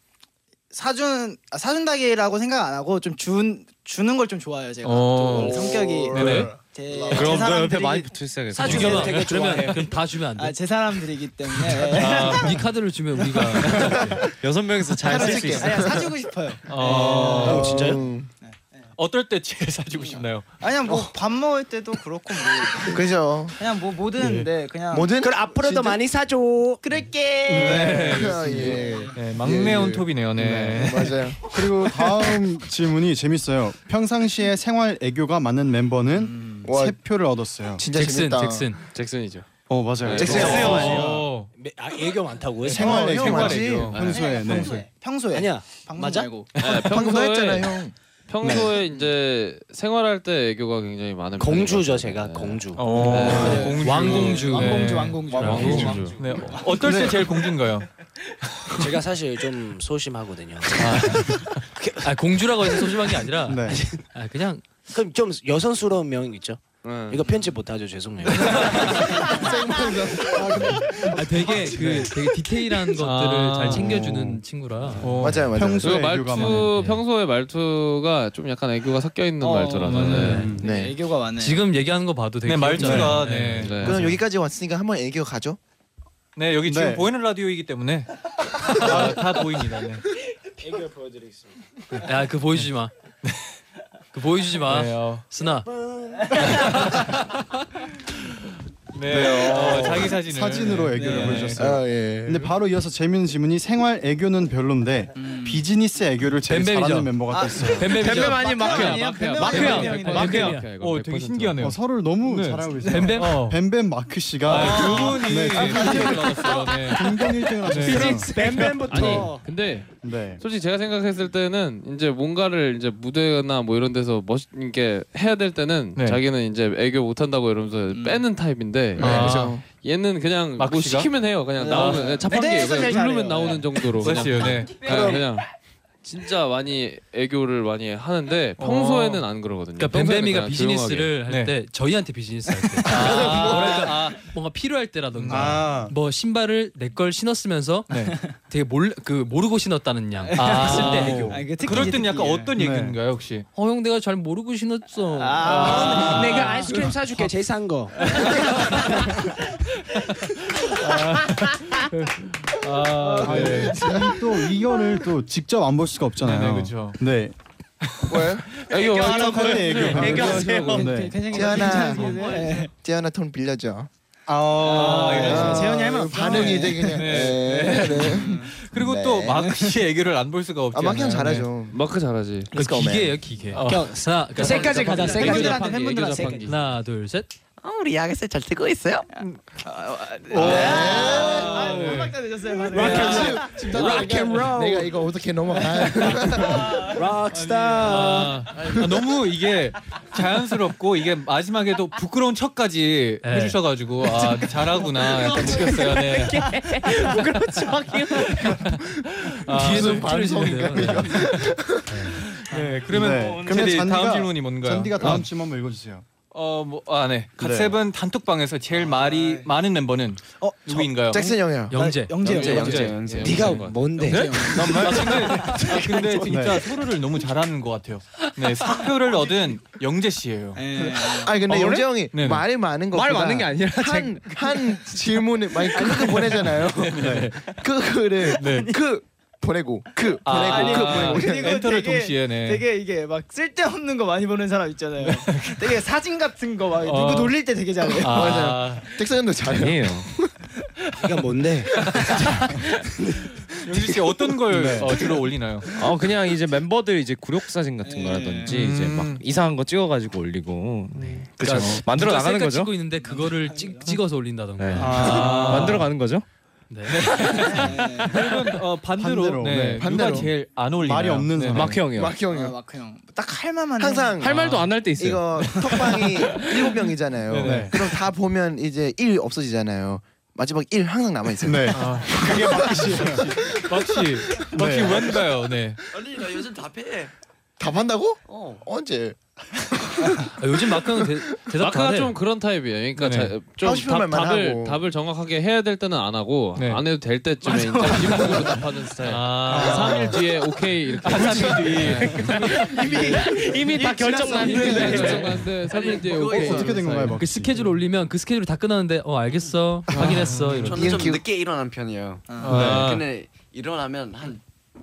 사준 아, 사준다기라고 생각 안 하고 좀 준 주는 걸 좀 좋아해요 제가 좀 오. 원래 성격이 네네. 어. 제, 그럼 제 사람들이 옆에 많이 붙어 있어야겠다. 사주면 유겸아, 되게 그러면 좋아해요. 네. 그럼 다 주면 안 돼? 아, 제 사람들이기 때문에 아, 이 카드를 주면 우리가 여섯 명이서 잘 쓸 수 있어. 아니, 사주고 싶어요. 어, 음. 어, 진짜요? 어떨 때 제일 사주고 싶나요? 아니야 뭐 밥 먹을 때도 그렇고 뭐 그죠. 그냥 뭐 뭐든 네 아, 그냥 뭐든? 그럼 앞으로도 많이 사줘 그럴게 네. 예. 네, 막내 예, 예. 온톱이네요. 네. 맞아요. 그리고 다음 질문이 재밌어요. 평상시에 생활 애교가 많은 멤버는 세 표를 얻었어요. 진짜 잭슨, 잭슨, 잭슨이죠. 어 맞아요. 잭슨 네, 형 어. 아니에요? 매- 아, 애교 많다고요? 생활 어, 애교 형 많지. 애교. 평소에, 네. 평소에. 평소에 아니야. 방금 맞아? 말고. 네, 평소에 형. 네. 평소에 이제 생활할 때 애교가 굉장히 많은 공주죠 제가 공주. 네. 왕공주. 왕공주, 왕공주. 왕공주. 네. 어떨 때 제일 공주인가요? 제가 사실 좀 소심하거든요. 아, 공주라고 해서 소심한 게 아니라 아, 그냥 네. 그럼 좀 여성스러운 명 있죠. 이거 편집 못하죠 죄송해요. 아, 되게 그 되게 디테일한 것들을 잘 챙겨주는 친구라. 맞아요, 맞아요. 어. 그리고 말투 평소에 말투가 좀 약간 애교가 섞여 있는 어, 말투라서. 음. 네. 애교가 많네. 지금 얘기하는 거 봐도 되게 네, 말투가, 네. 네. 그럼 여기까지 왔으니까 한번 애교 가죠. 네, 여기 지금 네. 보이는 라디오이기 때문에 다, 다 보입니다. 네. 애교 보여드리겠습니다. 야, 그 보여주지 마. 그 보여주지 마. 네, 어. 스나. 네. 어, 어, 자기 사진을 사진으로 애교를 네. 보여줬어요. 아, 예. 근데 바로 이어서 재밌는 질문이 생활 애교는 별론데 비즈니스 애교를 제일 뱀뱀이죠. 잘하는 멤버가 또 있어요. 뱀뱀 아닌 어, 되게 신기하네요. 서로를 너무 잘하고 있어요. 뱀뱀? 어. 뱀뱀 마크 씨가 아, 두 분이 네, 네. 깜짝 놀랐어요. 올라갔어요. 네. 등등 1등을 하셨어요. 그러니까 아니, 근데 네. 솔직히 제가 생각했을 때는 이제 뭔가를 이제 무대나 뭐 이런 데서 멋있게 해야 될 때는 네. 자기는 이제 애교 못 한다고 이러면서 빼는 타입인데 아. 네, 그죠. 얘는 그냥 뭐 마크 씨가? 시키면 해요. 그냥 네. 나오면 네. 그냥 자판기에 네, 그냥 제일 누르면 잘해요. 나오는 정도로 그냥 사실요, 네. 그냥, 그냥 진짜 많이 애교를 많이 하는데 평소에는 안 그러거든요. 그러니까 평소에는 뱀뱀이가 그냥 비즈니스를 할 조용하게. 때 네. 저희한테 비즈니스 할 때. 뭐랄까 뭔가 필요할 때라든가 뭐 신발을 내 걸 신었으면서 되게 몰그 모르고 신었다는 양 아. 했을 때 애교. 아, 이게 네. 특기지, 그럴 땐 예. 약간 특기. 어떤 얘기인가요, 혹시? 어 형 내가 잘 모르고 신었어. 아, 내가 아이스크림 사줄게 제일 싼 거. 아, 아, 네. 또 이거를 또 직접 안 볼 수가 없잖아요. 네네, 그쵸. 네. 애교 하라고 하는데 애교. 애교 하세요. 네. 재현아, 재현아 돈 네. 빌려줘. 아, 이런 식으로. 재현이 할말 반응이 이제 그냥. 네. 네. 음. 그리고 또 마크 씨 애교를 안 볼 수가 네. 없지 아, 마크 형 않나요? 잘하죠. 마크 잘하지. 그러니까 기계예요 기계. 어. 그러니까 하나, 그러니까 세까지 가자, 세까지. 애교 팬분들한테, 자판기, 애교 팬분들한테 자판기. 하나 둘 셋. 아, 우리 야기세 잘 듣고 있어요? 음. 아, 네. 예. 음악자 되셨어요. 락앤롤 내가 이거 어떻게 넘어가 락스타. 아, 너무 이게 자연스럽고 이게 마지막에도 부끄러운 척까지 해주셔가지고 아 잘하구나 약간 느꼈어요. 네. 부끄러운 척이요. 뒤에서 반성인가요? 네. 그러면 그러면 다음 질문이 뭔가요? 잔디가 다음 아, 질문 한번 읽어주세요. 어, 뭐, 아, 네. 네. 갓세븐 단톡방에서 제일 말이 많은 멤버는 누구인가요? 아, 잭슨 형이요. 영재. 영재, 영재, 영재. 네가 뭔데? 아, 근데, 아, 근데 진짜 서로를 너무 잘하는 것 같아요. 네, 사표를 얻은 영재 씨예요. 아니 근데 어, 영재 그래? 형이 네네. 말이 많은 것보다 말 많은 게 아니라 한, 한 질문을 많이 그거 보내잖아요. 네, 네. 그거를 그 보내고 그 아, 보내고 아니, 그 아, 보내고 그리고 엔터를 동시에, 네. 되게 이게 막 쓸데없는 거 많이 보는 사람 있잖아요. 되게 사진 같은 거 막 어. 누구 놀릴 때 되게 잘해요. 아. 맞아요. 잭슨 형도 잘해요. 네가 뭔데? 영재 씨 어떤 걸 네. 어, 주로 올리나요? 어 그냥 이제 멤버들 이제 굴욕 사진 네. 같은 거라든지 음. 이제 막 이상한 거 찍어가지고 올리고 네. 그러니까 그렇죠. 그러니까 만들어 진짜 나가는 셀카 거죠. 찍고 있는데 그거를 아, 찍, 찍어서 올린다던가. 네. 아. 만들어 가는 거죠. 아, 그러면 어, 반대로, 반대로. 네, 네, 누가 반대로. 제일 안 어울리나요? 말이 없는 네. 사람. 마크 형이요. 마크 형이요. 마크 형. 딱 할 만만. 항상 아. 할 아. 말도 안 할 때 있어요. 이거 톡방이 일곱 명이잖아요. 네네. 그럼 다 보면 이제 일 없어지잖아요. 마지막 일 항상 남아 있어요. 네. 그게 마크 씨. 마크 씨. 마크 씨 네. 왠가요? 어, 네. 아니 나 요즘 답해. 답한다고? 어. 언제? 아, 요즘 마크는 대, 대답 다 마크가 해. 좀 그런 타입이에요. 그러니까 네. 자, 하고 좀 싶은 답, 말만 답을 하고. 답을 정확하게 해야 될 때는 안 하고 안 해도 될 때쯤에 이제 기본적으로 답하는 스타일. 아. 3일 뒤에 오케이 이렇게. 3일 뒤 이미 다 어, 결정났는데. 결정났는데 3일 뒤에 오케이. 그 스케줄 올리면 그 스케줄 다 끝났는데 어 알겠어 아. 아. 확인했어 이런. 저는 좀 늦게 일어나는 편이에요. 아. 네, 근데 일어나면 한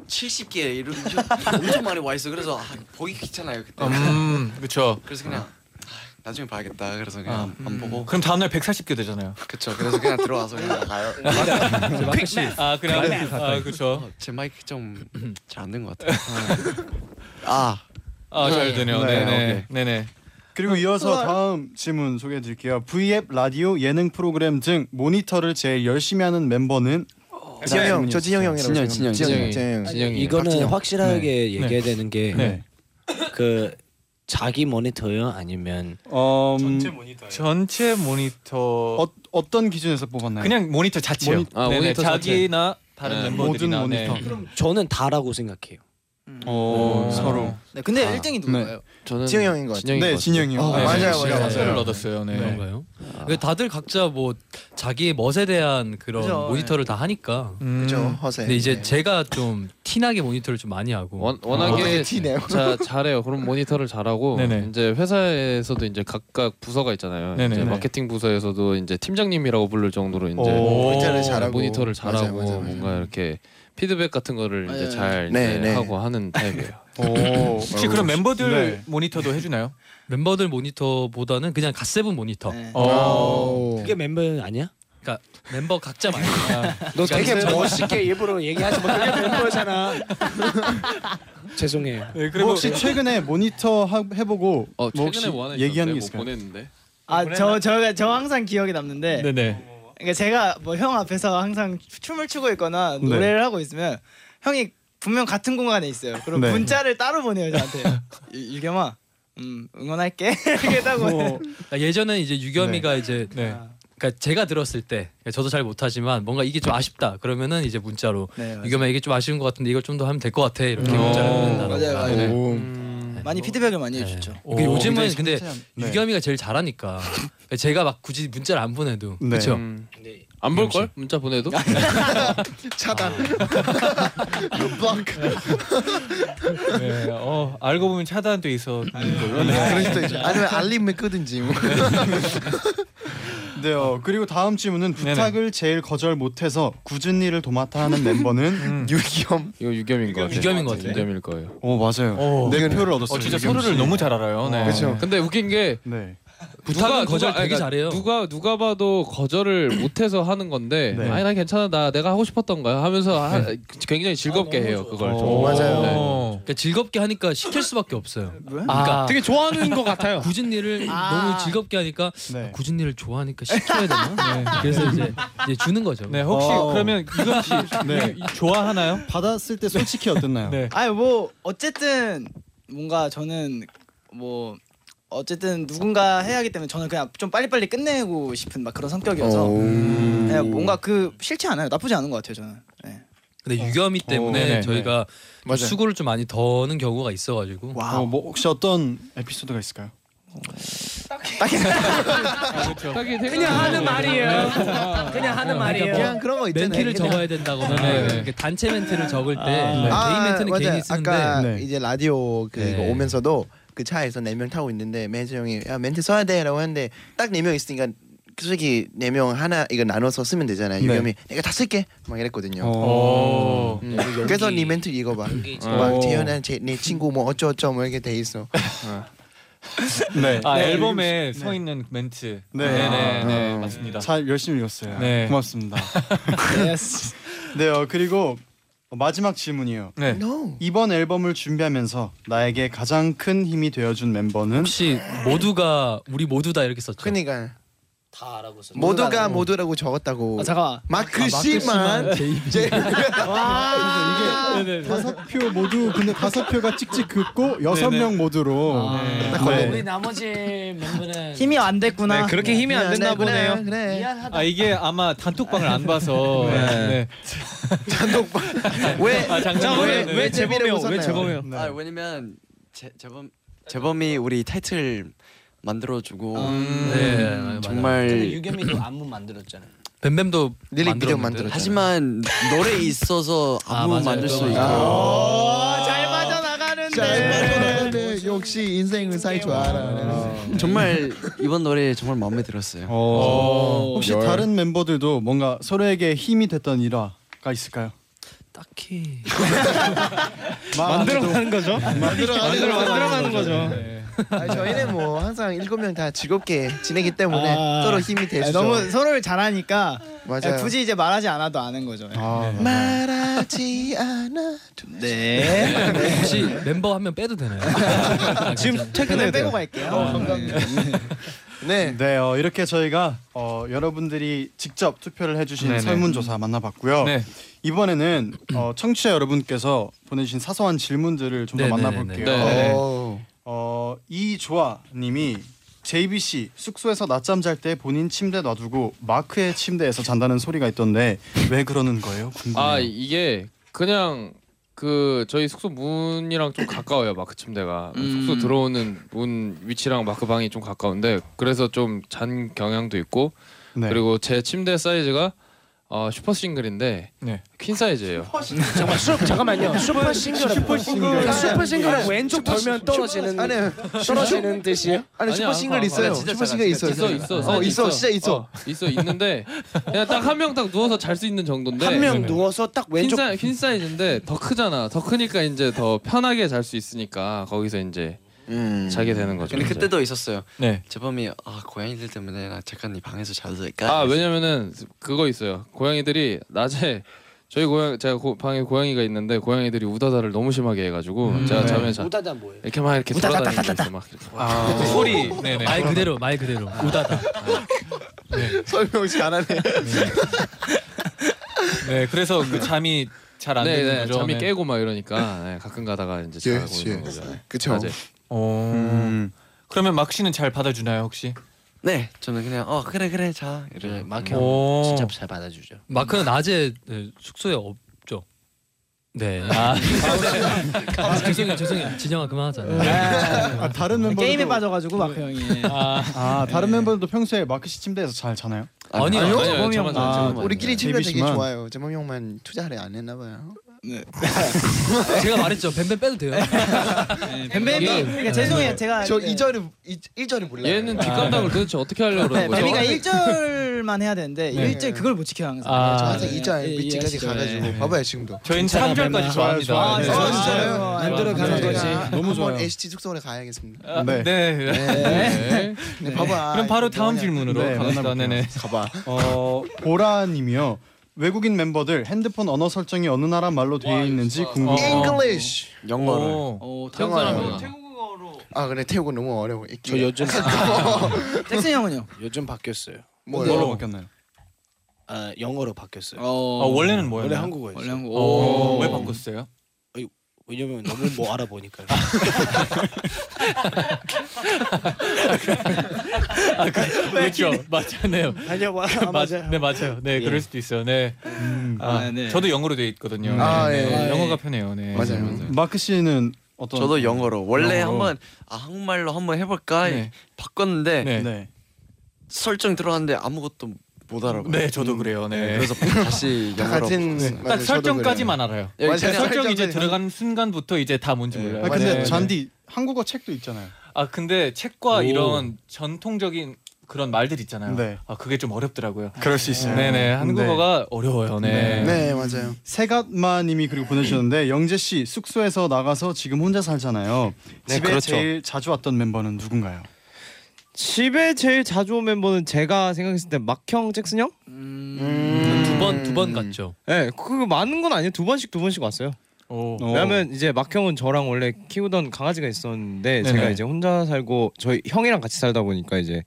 70개 이런 엄청 많이 와 있어. 그래서 아, 보기 귀찮아요 그때. 음, 그렇죠. 그래서 그냥 아, 나중에 봐야겠다. 그래서 그냥 아, 안 보고. 그럼 다음 날 140개 되잖아요. 그렇죠. 그래서 그냥 들어와서 그냥 나가요. 마크 씨. 아, 그냥 아, 그렇죠. 어, 제 마이크 좀 잘 안 된 것 같아요. 아. 아, 잘 되네요. 네, 오케이. 네. 네, 네. 그리고 이어서 다음 질문 소개해 드릴게요. V앱, 라디오, 예능 프로그램 등 모니터를 제일 열심히 하는 멤버는 진영 형, 저 진영 형이라고 생각해요. 진영, 진영, 진영, 진영. 예, 진영, 진영. 이거는 박진영. 확실하게 네. 얘기해야 되는 게 그 네. 자기 모니터요 아니면 전체 모니터. 전체 음, 모니터. 어, 어떤 기준에서 뽑았나요? 그냥 모니터 자체요. 모니- 네네, 자기나 다른 아, 네. 멤버들이나 네. 저는 다라고 생각해요. 어, 서로. 네, 근데 1등이 누군가요? 저는 진영 형인 것 같아요. 네, 진영이요. 네, 맞아요, 진영 맞아요. 씨가 맞아요. 얻었어요. 네. 그런가요? 그 다들 각자 뭐 자기의 멋에 대한 그런 그죠, 네. 모니터를 다 하니까. 음. 그죠, 허세. 네. 근데 이제 제가 좀 티나게 모니터를 좀 많이 하고. 원, 아, 워낙에 자, 잘해요. 그럼 모니터를 잘하고 네네. 이제 회사에서도 이제 각각 부서가 있잖아요. 네네. 이제 네. 마케팅 부서에서도 이제 팀장님이라고 부를 정도로 이제 오. 모니터를 잘하고. 모니터를 맞아요, 잘하고 맞아요, 맞아요. 뭔가 이렇게 피드백 같은 거를 맞아요. 이제 잘 네, 이제 네. 하고 하는 타입이에요. 혹시 그럼 멤버들 네. 모니터도 해주나요? 멤버들 모니터보다는 그냥 갓세븐 모니터. 네. 어. 오. 그게 멤버 아니야? 그러니까 멤버 각자 말고. 너 되게 멋있게 일부러 얘기하지 마. 그게 멤버잖아. 죄송해요. 네, 뭐 혹시 최근에 모니터 하, 해보고 뭐 혹시 얘기하는 게 있을까요? 보냈는데. 아저 저가 저 항상 기억에 남는데. 그러니까 제가 뭐 형 앞에서 항상 춤을 추고 있거나 네. 노래를 하고 있으면 형이 분명 같은 공간에 있어요. 그럼 네. 문자를 따로 보내요 저한테. 유- 유겸아, 음 응원할게. 이렇게 딱 보내. 나 예전에 이제 네. 유겸이가 이제 네. 그러니까 제가 들었을 때 그러니까 저도 잘 못하지만 뭔가 이게 좀 아쉽다 그러면은 이제 문자로 네, 유겸아 이게 좀 아쉬운 것 같은데 이걸 좀 더 하면 될 것 같아 이렇게 음. 문자를 보낸다라고 맞아요, 맞아요. 음. 네. 많이 피드백을 많이 해주죠. 그 요즘은 근데 네. 네. 유겸이가 제일 잘하니까 그러니까 제가 막 굳이 문자를 안 보내도 네. 그렇죠 음. 안 볼 걸? 문자 보내도? 차단. 네, 어, 알고 보면 차단돼 있어. 네. 네, 그럴 수도 네. 있죠. 아니면 알림을 끄든지. 뭐. 네, 어, 그리고 다음 질문은 네, 부탁을 제일 거절 못해서 굳은 일을 도맡아 하는 멤버는 유겸. 이거 유겸인 것 같아요. 유겸인 것 같은데? 유겸일 거예요. 오 맞아요. 오. 네 이거는- 표를 얻었어요. 어, 진짜 유겸 서로를 씨. 너무 잘 알아요. 네. 그렇죠. 근데 웃긴 게 네. 부탁은 거절 되게 잘해요. 그러니까 누가 누가 봐도 거절을 못해서 하는 건데 네. 아니 나 괜찮아 나 내가 하고 싶었던 거야 하면서 하- 굉장히 즐겁게 해요 그걸. 좀. 네. 그러니까 즐겁게 하니까 시킬 수밖에 없어요. 그러니까 아. 되게 좋아하는 것 같아요. 굳은 일을 너무 즐겁게 하니까 네. 아, 굳은 일을 좋아하니까 시켜야 되나? 그래서 이제, 이제 주는 거죠. 네, 혹시 그러면 이건 어. 네. 좋아하나요? 받았을 때 솔직히 어땠나요? 네. 아니 뭐 어쨌든 뭔가 저는 뭐 어쨌든 누군가 해야 하기 때문에 저는 그냥 좀 빨리빨리 끝내고 싶은 막 그런 성격이어서 그냥 뭔가 그 싫지 않아요. 나쁘지 않은 것 같아요 저는. 근데 유겸이 때문에 어, 네네. 저희가 맞아요. 수고를 좀 많이 더는 경우가 있어가지고. 어, 뭐 혹시 어떤 에피소드가 있을까요? 딱히 그냥 하는 말이에요. 그냥 어, 하는 말이에요. 그러니까 뭐 그런 거 있잖아요. 멘트를 그냥. 적어야 된다거나 네, 네. 이렇게 단체 멘트를 적을 때 아, 네. 개인 멘트는 맞아요. 개인이 쓰는데 네. 아까 이제 라디오 그 이거 오면서도 그 차에서 네 명 타고 있는데 매즈 형이 야 멘트 써야 돼라고 하는데 딱 네 명 있으니까 솔직히 네 명 하나 이거 나눠서 쓰면 되잖아요. 네. 유겸이 내가 다 쓸게 막 어. 이랬거든요. 오. 음. 연기. 그래서 네 멘트 이거 봐. 연기지. 막 어. 오. 재현한 제, 내 친구 뭐 어쩌 어쩌 뭐 이렇게 돼 있어. 네. 아, 네. 네. 앨범에 서 있는 멘트. 네, 네, 네, 아, 네, 아. 맞습니다. 잘 열심히 읽었어요. 네. 고맙습니다. 네, 어, 그리고 마지막 질문이에요. 네. 이번 앨범을 준비하면서 나에게 가장 큰 힘이 되어준 멤버는 혹시 모두가 우리 모두 다 이렇게 썼죠. 그러니까 다라고 써. 모두가 모두라고 적었다고. 아, 잠깐만. 마크 아, 마크 씨만 씨만 네, 제이비. 제- 네, 와. 이게 다섯 표 모두 근데 다섯 표가 찍찍 긋고 여섯 네네. 명 모두로 아, 네. 우리 나머지 멤버는 힘이 안 됐구나. 네, 그렇게 힘이 안 됐나 보네요. 미안하다. 아 이게 아마 단톡방을 안 봐서 네. 단톡방 왜 아, 장장 아 왜냐면 제, 재범 재범이 우리 타이틀 만들어주고 음, 네, 맞아요. 정말 유겸이도 안무 만들었잖아요. 뱀뱀도 릴릭 비디오 만들었는데. 하지만 노래 있어서 아, 안무 맞아요. 만들 수 아. 있고 잘 빠져나가는데. 잘 네. 빠져나가는데 역시 인생은 사이 네. 좋아라. 음. 음. 정말 이번 노래 정말 마음에 들었어요. 어, 혹시 다른 멤버들도 뭔가 서로에게 힘이 됐던 일화가 있을까요? 딱히 아, 만들어가는 거죠? 만들어- 만들어가는 거죠. 네. 아, 저희는 뭐 항상 일곱 명 다 즐겁게 지내기 때문에 서로 힘이 아, 되죠. 너무 서로를 잘하니까 맞아요. 굳이 이제 말하지 않아도 아는 거죠. 말하지 않아. 네. 혹시 멤버 한 명 빼도 되나요? 지금 퇴근해야 빼고 돼요. 갈게요. 어. 음. 네. 네, 어, 이렇게 저희가 어, 여러분들이 직접 투표를 해주신 네네. 설문조사 만나봤고요. 네. 이번에는 어, 청취자 여러분께서 보내주신 사소한 질문들을 좀 더 네네네네. 만나볼게요. 네네. 어, 어, 이조아님이 JBC 숙소에서 낮잠 잘 때 본인 침대 놔두고 마크의 침대에서 잔다는 소리가 있던데 왜 그러는 거예요? 궁금해요. 아 이게 그냥 그 저희 숙소 문이랑 좀 가까워요 마크 침대가 음. 숙소 들어오는 문 위치랑 마크 방이 좀 가까운데 그래서 좀 잔 경향도 있고 네. 그리고 제 침대 사이즈가 어, 슈퍼 싱글인데 네. 퀸 사이즈예요. 어, 잠깐만, 슈, 잠깐만요. 슈퍼 싱글. 뭐? 슈퍼 아, 싱글. 슈퍼 싱글. 슈퍼 왼쪽 싱글. 돌면 떨어지는. 아니, 떨어지는 뜻이에요? 아니 슈퍼 싱글 있어요. 슈퍼 싱글 있어요. 있어 있어 어, 있어 진짜 있어. 어, 있어 있는데 그냥 딱 한 명 딱 누워서 잘 수 있는 정도인데 네, 한명 누워서 딱 퀸, 왼쪽 사이, 퀸 사이즈인데 더 크잖아. 더 크니까 이제 더 편하게 잘 수 있으니까 거기서 이제 음. 자게 되는 거죠. 근데 이제. 그때도 있었어요. 네. 재범이 아 고양이들 때문에 나 잠깐 이 방에서 자도 될까? 아 왜냐면은 그거 있어요. 고양이들이 낮에 저희 고양 제가 고- 방에 고양이가 있는데 고양이들이 우다다를 너무 심하게 해가지고 음. 제가 네. 자면 자 우다다 뭐예요? 이렇게 막 이렇게 우다다 돌아다니는 거 따다다다. 있어 막 아. 그 소리. 네네. 말 그대로 말 그대로 우다다. 네. 설명 잘하네. 네, 그래서 그 잠이 잘 안 되는 거죠. 잠이 네. 깨고 막 이러니까 네, 가끔 가다가 이제 예, 자고 예. 있는 거죠. 그쵸. 낮에. 어. 그러면 막 씨는 잘 받아주나요 혹시? 네, 네, 저는 그냥 어 그래 그래 자 이래 마크 오. 형 진짜 잘 받아주죠. 마크는 낮에 네, 숙소에 없죠. 네. 아. 아, 죄송해요, 죄송해요. 진영아 그만하자. 네. 아, 다른 멤버들도 게임에 빠져가지고 마크 형이. 아, 다른 멤버들도 평소에 마크 씨 침대에서 잘 자나요? 아니요. 아니요, 아니요, 재범이 저만 형만. 자요, 저만 자요. 우리끼리 우리끼리 집에 되게 JB 씨만. 좋아요. 재범 형만 투자를 안 했나 봐요. 네. 제가 말했죠. 뱀뱀 빼도 돼요. 뱀뱀이 그러니까 죄송해요 제가 저 네. 2절을 1절을 몰라요. 얘는 뒷감당을 도대체 어떻게 하려고 네, 그러는 거죠? 뱀이가 1절만 해야 되는데 네. 1절 그걸 못 지켜요 항상. 아, 네, 예, 항상 2절 예, 밑까지 이해하시죠. 가가지고 네. 봐봐요 지금도. 저희는 괜찮아, 3절까지 뱀아. 좋아합니다. 좋아요, 네. 좋아요. 아, 진짜요? 좋아요. 안 들어가는 네. 거지. 너무 한번 좋아요. ST 숙소에 가야겠습니다. 아, 네. 네. 네. 네, 봐봐. 그럼 바로 다음 질문으로 네, 갑시다. 만나볼게요. 네네. 가봐. 어, 보라님이요. 외국인 멤버들 핸드폰 언어 설정이 어느 나라 말로 되어 있는지 궁금해요. English. 영어를. 태국 사람이구나. 아 근데 태국은 너무 어려워. 아, 저 요즘 잭슨 형은요? 요즘 바뀌었어요. 뭐요? 근데- 뭘로 바뀌었나요? 아, 영어로 바뀌었어요. 어. 아, 원래는 뭐였나요? 원래 한국어였어요. 원래 한국어. 오. 왜 바꿨어요? 아니, 왜냐면 너무 뭐 알아보니까요. 아, 그, 그렇죠. 맞잖아요. 아니요, 와, 아, 맞- 맞아요. 네, 맞아요. 예. 네, 그럴 수도 있어요. 네. 아, 아, 네. 저도 영어로 돼 있거든요. 아, 네, 예. 네. 아, 예. 영어가 편해요. 네. 맞아요. 마크 씨는 어떤? 저도 영어로 원래 영어로. 한번 아 한국말로 한번 해볼까 네. 바꿨는데 네. 설정 들어갔는데 아무것도 못 알아봐. 네, 저도 그래요. 네. 그래서 다시 영어로 같은- 바꿨어요. 딱 설정까지만 알아요. 예, 맞아요. 그냥 설정 이제 설정까지- 들어가는 순간부터 이제 다 뭔지 몰라요. 아, 근데 잔디 한국어 책도 있잖아요. 아 근데 책과 오. 이런 전통적인 그런 말들 있잖아요. 네. 아 그게 좀 어렵더라고요. 그럴 수 있어요. 네네 한국어가 어려워요. 네. 네, 맞아요. 세갓마님이 그리고 보내주셨는데 영재 씨 숙소에서 나가서 지금 혼자 살잖아요. 네, 집에 그렇죠. 제일 자주 왔던 멤버는 누군가요? 집에 제일 자주 온 멤버는 제가 생각했을 때 막형 잭슨 형? 두번 두 음. 번 갔죠. 네, 그거 많은 건 아니에요. 두 번씩 두 번씩 왔어요. 오. 왜냐면 이제 막형은 저랑 원래 키우던 강아지가 있었는데 네네. 제가 이제 혼자 살고 저희 형이랑 같이 살다 보니까 이제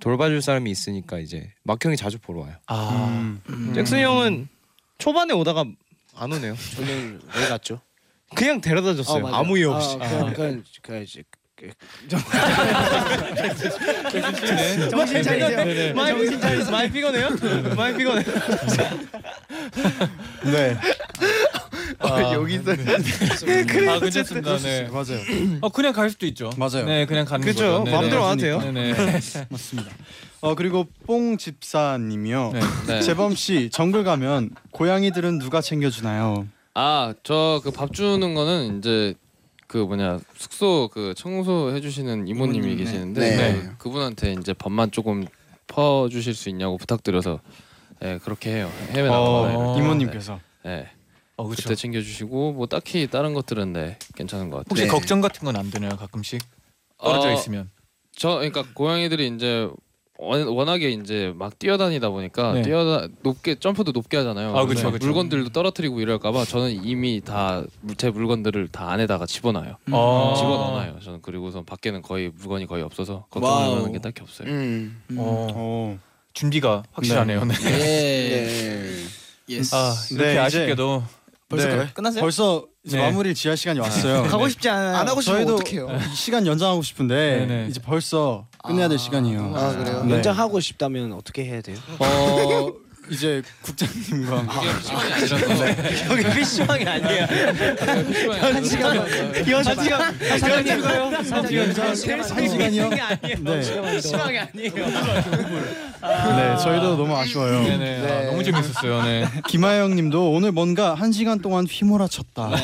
돌봐줄 사람이 있으니까 이제 막형이 자주 보러 와요. 아. 음. 잭슨 형은 초반에 오다가 안 오네요. 저는 왜 갔죠? 그냥 데려다 줬어요. 맞아요. 아, 무 이유 없이. 아, 그냥 그냥 그냥 이제 정신 차리세요. 네, 정신 차리세요. 많이 피곤해요? 많이 피곤해요. 네. 아, 여기서 아 괜찮습니다. 네. 맞아요. 어 그냥 갈 수도 있죠. 맞아요. 네 그냥 가는 그죠? 거죠. 네, 마음대로 네. 와도 돼요. 네네. 맞습니다. 어 그리고 뽕 집사님이요. 네. 재범 씨 정글 가면 고양이들은 누가 챙겨주나요? 아, 저 그 밥 주는 거는 이제 그 뭐냐 숙소 그 청소해 주시는 이모님이 이모님, 네. 계시는데 네. 네, 그분한테 이제 밥만 조금 퍼 주실 수 있냐고 부탁드려서 예 그렇게 해요 해외 나가면 어, 이모님께서. 네. 어, 그쵸. 그때 챙겨주시고 뭐 딱히 다른 것들은 네 괜찮은 것 같아요. 혹시 걱정 같은 건 안 되나요 가끔씩 떨어져 어, 있으면? 저 그러니까 고양이들이 이제 원- 워낙에 이제 막 뛰어다니다 보니까 네. 아, 뛰어다 높게 점프도 높게 하잖아요. 아, 그쵸, 그래서 그쵸. 물건들도 떨어뜨리고 이럴까봐 저는 이미 다 제 물건들을 다 안에다가 집어넣어요. 음. 아. 집어넣어요. 저는 그리고선 밖에는 거의 물건이 거의 없어서 와우. 걱정할 만한 게 딱히 없어요. 음. 어. 준비가 확실하네요. 네. 예. 아 이렇게 네, 이제- 아쉽게도 벌써 네. 끝- 끝났어요? 벌써 이제 마무리 지할 시간이 왔어요. 네. 가고 싶지 않아요. 안 하고 싶으면 저희도 어떡해요? 이 시간 연장하고 싶은데 이제 벌써 끝내야 될 시간이에요. 아, 그래요? 네. 연장하고 싶다면 어떻게 해야 돼요? 어 이제 국장님과 네. 여기 PC방이 아니에요. 한 시간 한 시간, 한 시간 연장- 연장- 연장- 한 시간이요? 네. PC방이 아니에요. 네, 저희도 너무 아쉬워요. 네네. 아, 너무 재밌었어요. 네. 김하영님도 오늘 뭔가 한 시간 동안 휘몰아쳤다. 아,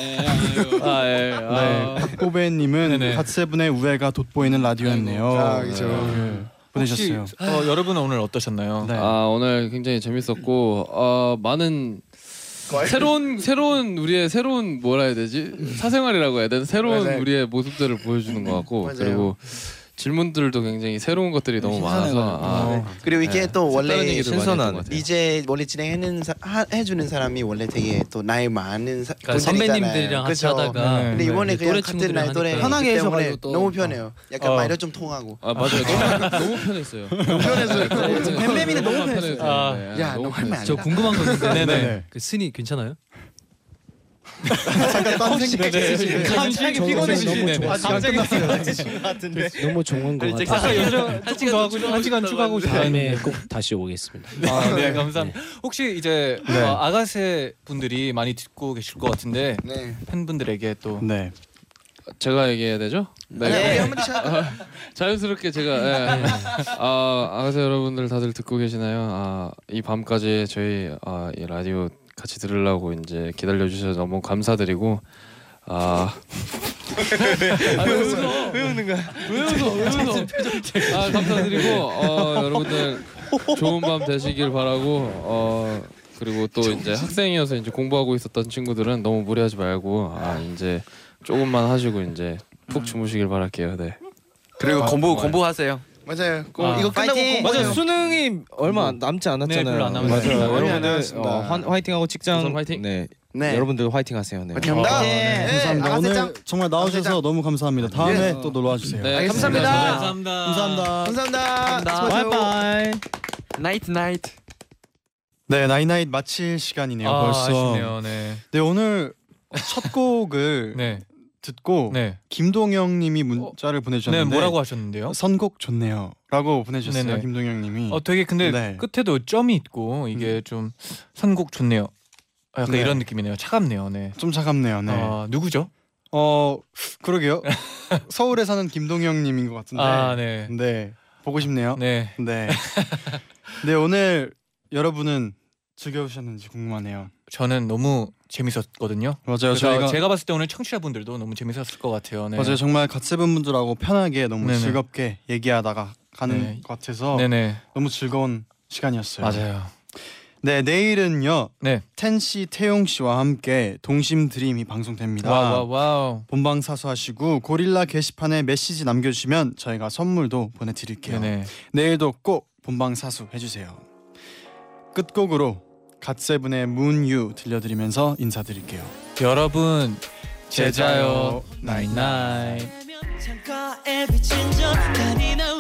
예. 아. 네, 박보배님은 갓세븐의 우애가 돋보이는 라디오였네요. 아, 그죠. 네. 보내셨어요. 혹시, 어, 여러분은 오늘 어떠셨나요? 아 오늘 굉장히 재밌었고 어, 많은 새로운 새로운 우리의 새로운 뭐라 해야 되지 사생활이라고 해야 되나 새로운 맞아요. 우리의 모습들을 보여주는 것 같고 맞아요. 그리고 질문들도 굉장히 새로운 것들이 어, 너무 많아서 아, 그리고 이게 네, 또 색다른 원래 얘기도 많이 했던 것 같아요. 이제 원래 진행하는 사, 하, 해주는 사람이 원래 되게 또 나이 많은 사, 그러니까 선배님들이랑 같이 그쵸? 하다가 근데 네, 이번에 네, 그냥 또래 같은 친구들이랑 나이 또래 하니까. 편하게 편하게 해줘가지고 해줘가지고 또 또- 너무 편해요. 약간 어. 말도 좀 통하고. 아 맞아요 너무, 너무 편했어요 너무 편했어요. 뱀뱀이는 너무 네, 편했어요 아, 네, 야, 너무 너 하면 안 편했어요. 저 궁금한 거 있는데 네네. 그 스니 괜찮아요? 잠깐 딴 혹시 생각 네, 네. 갑자기 피곤해지시네. 아, 안 갑자기 네. 끝났어요 같은데 너무 좋은 것 아니, 같아요. 아까 여정 조금 더 하고 네, 한 시간 추가하고 싶어요. 다음에 꼭 다시 오겠습니다. 아, 네 감사합니다. 혹시 이제 네. 어, 아가새 분들이 많이 듣고 계실 것 같은데 네. 팬분들에게 또 네. 제가 얘기해야 되죠? 네, 한번 차- 아, 자연스럽게 제가 예. 아, 아가새 여러분들 다들 듣고 계시나요? 아, 이 밤까지 저희 아, 이 라디오 같이 들으려고 이제 기다려 주셔서 너무 감사드리고 아, 왜 웃어? 왜 웃는 거야? 왜 웃어? 왜 웃어? 네. 아 감사드리고 어, 여러분들 좋은 밤 되시길 바라고 어 그리고 또 이제 학생이어서 이제 공부하고 있었던 친구들은 너무 무리하지 말고 아 이제 조금만 하시고 이제 푹 주무시길 바랄게요. 네. 그리고 아, 공부 정말. 공부하세요. 맞아요. 아. 이거 끝나고 파이팅! 공부해요. 맞아 수능이 얼마 남지 않았잖아요. 네, 별로 안 남았어요. 맞아요. 얼마 안 여러분들 남았습니다. 어, 환- 화이팅하고 직장 화이팅. 네. 네. 여러분들 화이팅하세요. 네. 아, 네, 감사합니다. 오늘 정말 나와주셔서 너무 감사합니다. 다음에 또 놀러 와주세요. 네. 알겠습니다. 네, 감사합니다. 감사합니다. 수고하세요. 바이바이. 나이트 나이트. 네, 나이나잇 마칠 시간이네요. 아, 벌써. 아쉽네요, 네. 오늘 첫 곡을 듣고 김동영님이 문자를 보내주셨는데 네, 뭐라고 하셨는데요? 선곡 좋네요.라고 보내주셨어요. 네네. 김동영님이. 어 되게 근데 네. 음. 끝에도 점이 있고 이게 좀 선곡 좋네요. 아, 약간 네. 이런 느낌이네요. 차갑네요. 네. 좀 차갑네요. 네. 아, 누구죠? 어 그러게요. 서울에 사는 김동영님인 것 같은데. 아, 네. 네. 보고 싶네요. 네. 네. 네 오늘 여러분은 즐겨오셨는지 궁금하네요. 저는 너무 재밌었거든요. 맞아요. 그래서 저희가 제가 봤을 때 오늘 청취자분들도 너무 재밌었을 것 같아요. 네. 맞아요. 정말 갓세븐 분들하고 편하게 너무 네네. 즐겁게 얘기하다가 가는 네. 것 같아서 네네. 너무 즐거운 시간이었어요. 맞아요. 네 내일은요. 네. 텐씨 태용 씨와 함께 동심 드림이 방송됩니다. 와우 와우 와우. 본방 사수하시고 고릴라 게시판에 메시지 남겨주시면 저희가 선물도 보내드릴게요. 네네. 내일도 꼭 본방 사수 해주세요. 끝곡으로 갓세븐의 문유 들려드리면서 인사드릴게요. 여러분 제자요 나잇나잇 창가에 비친 저 단이 나와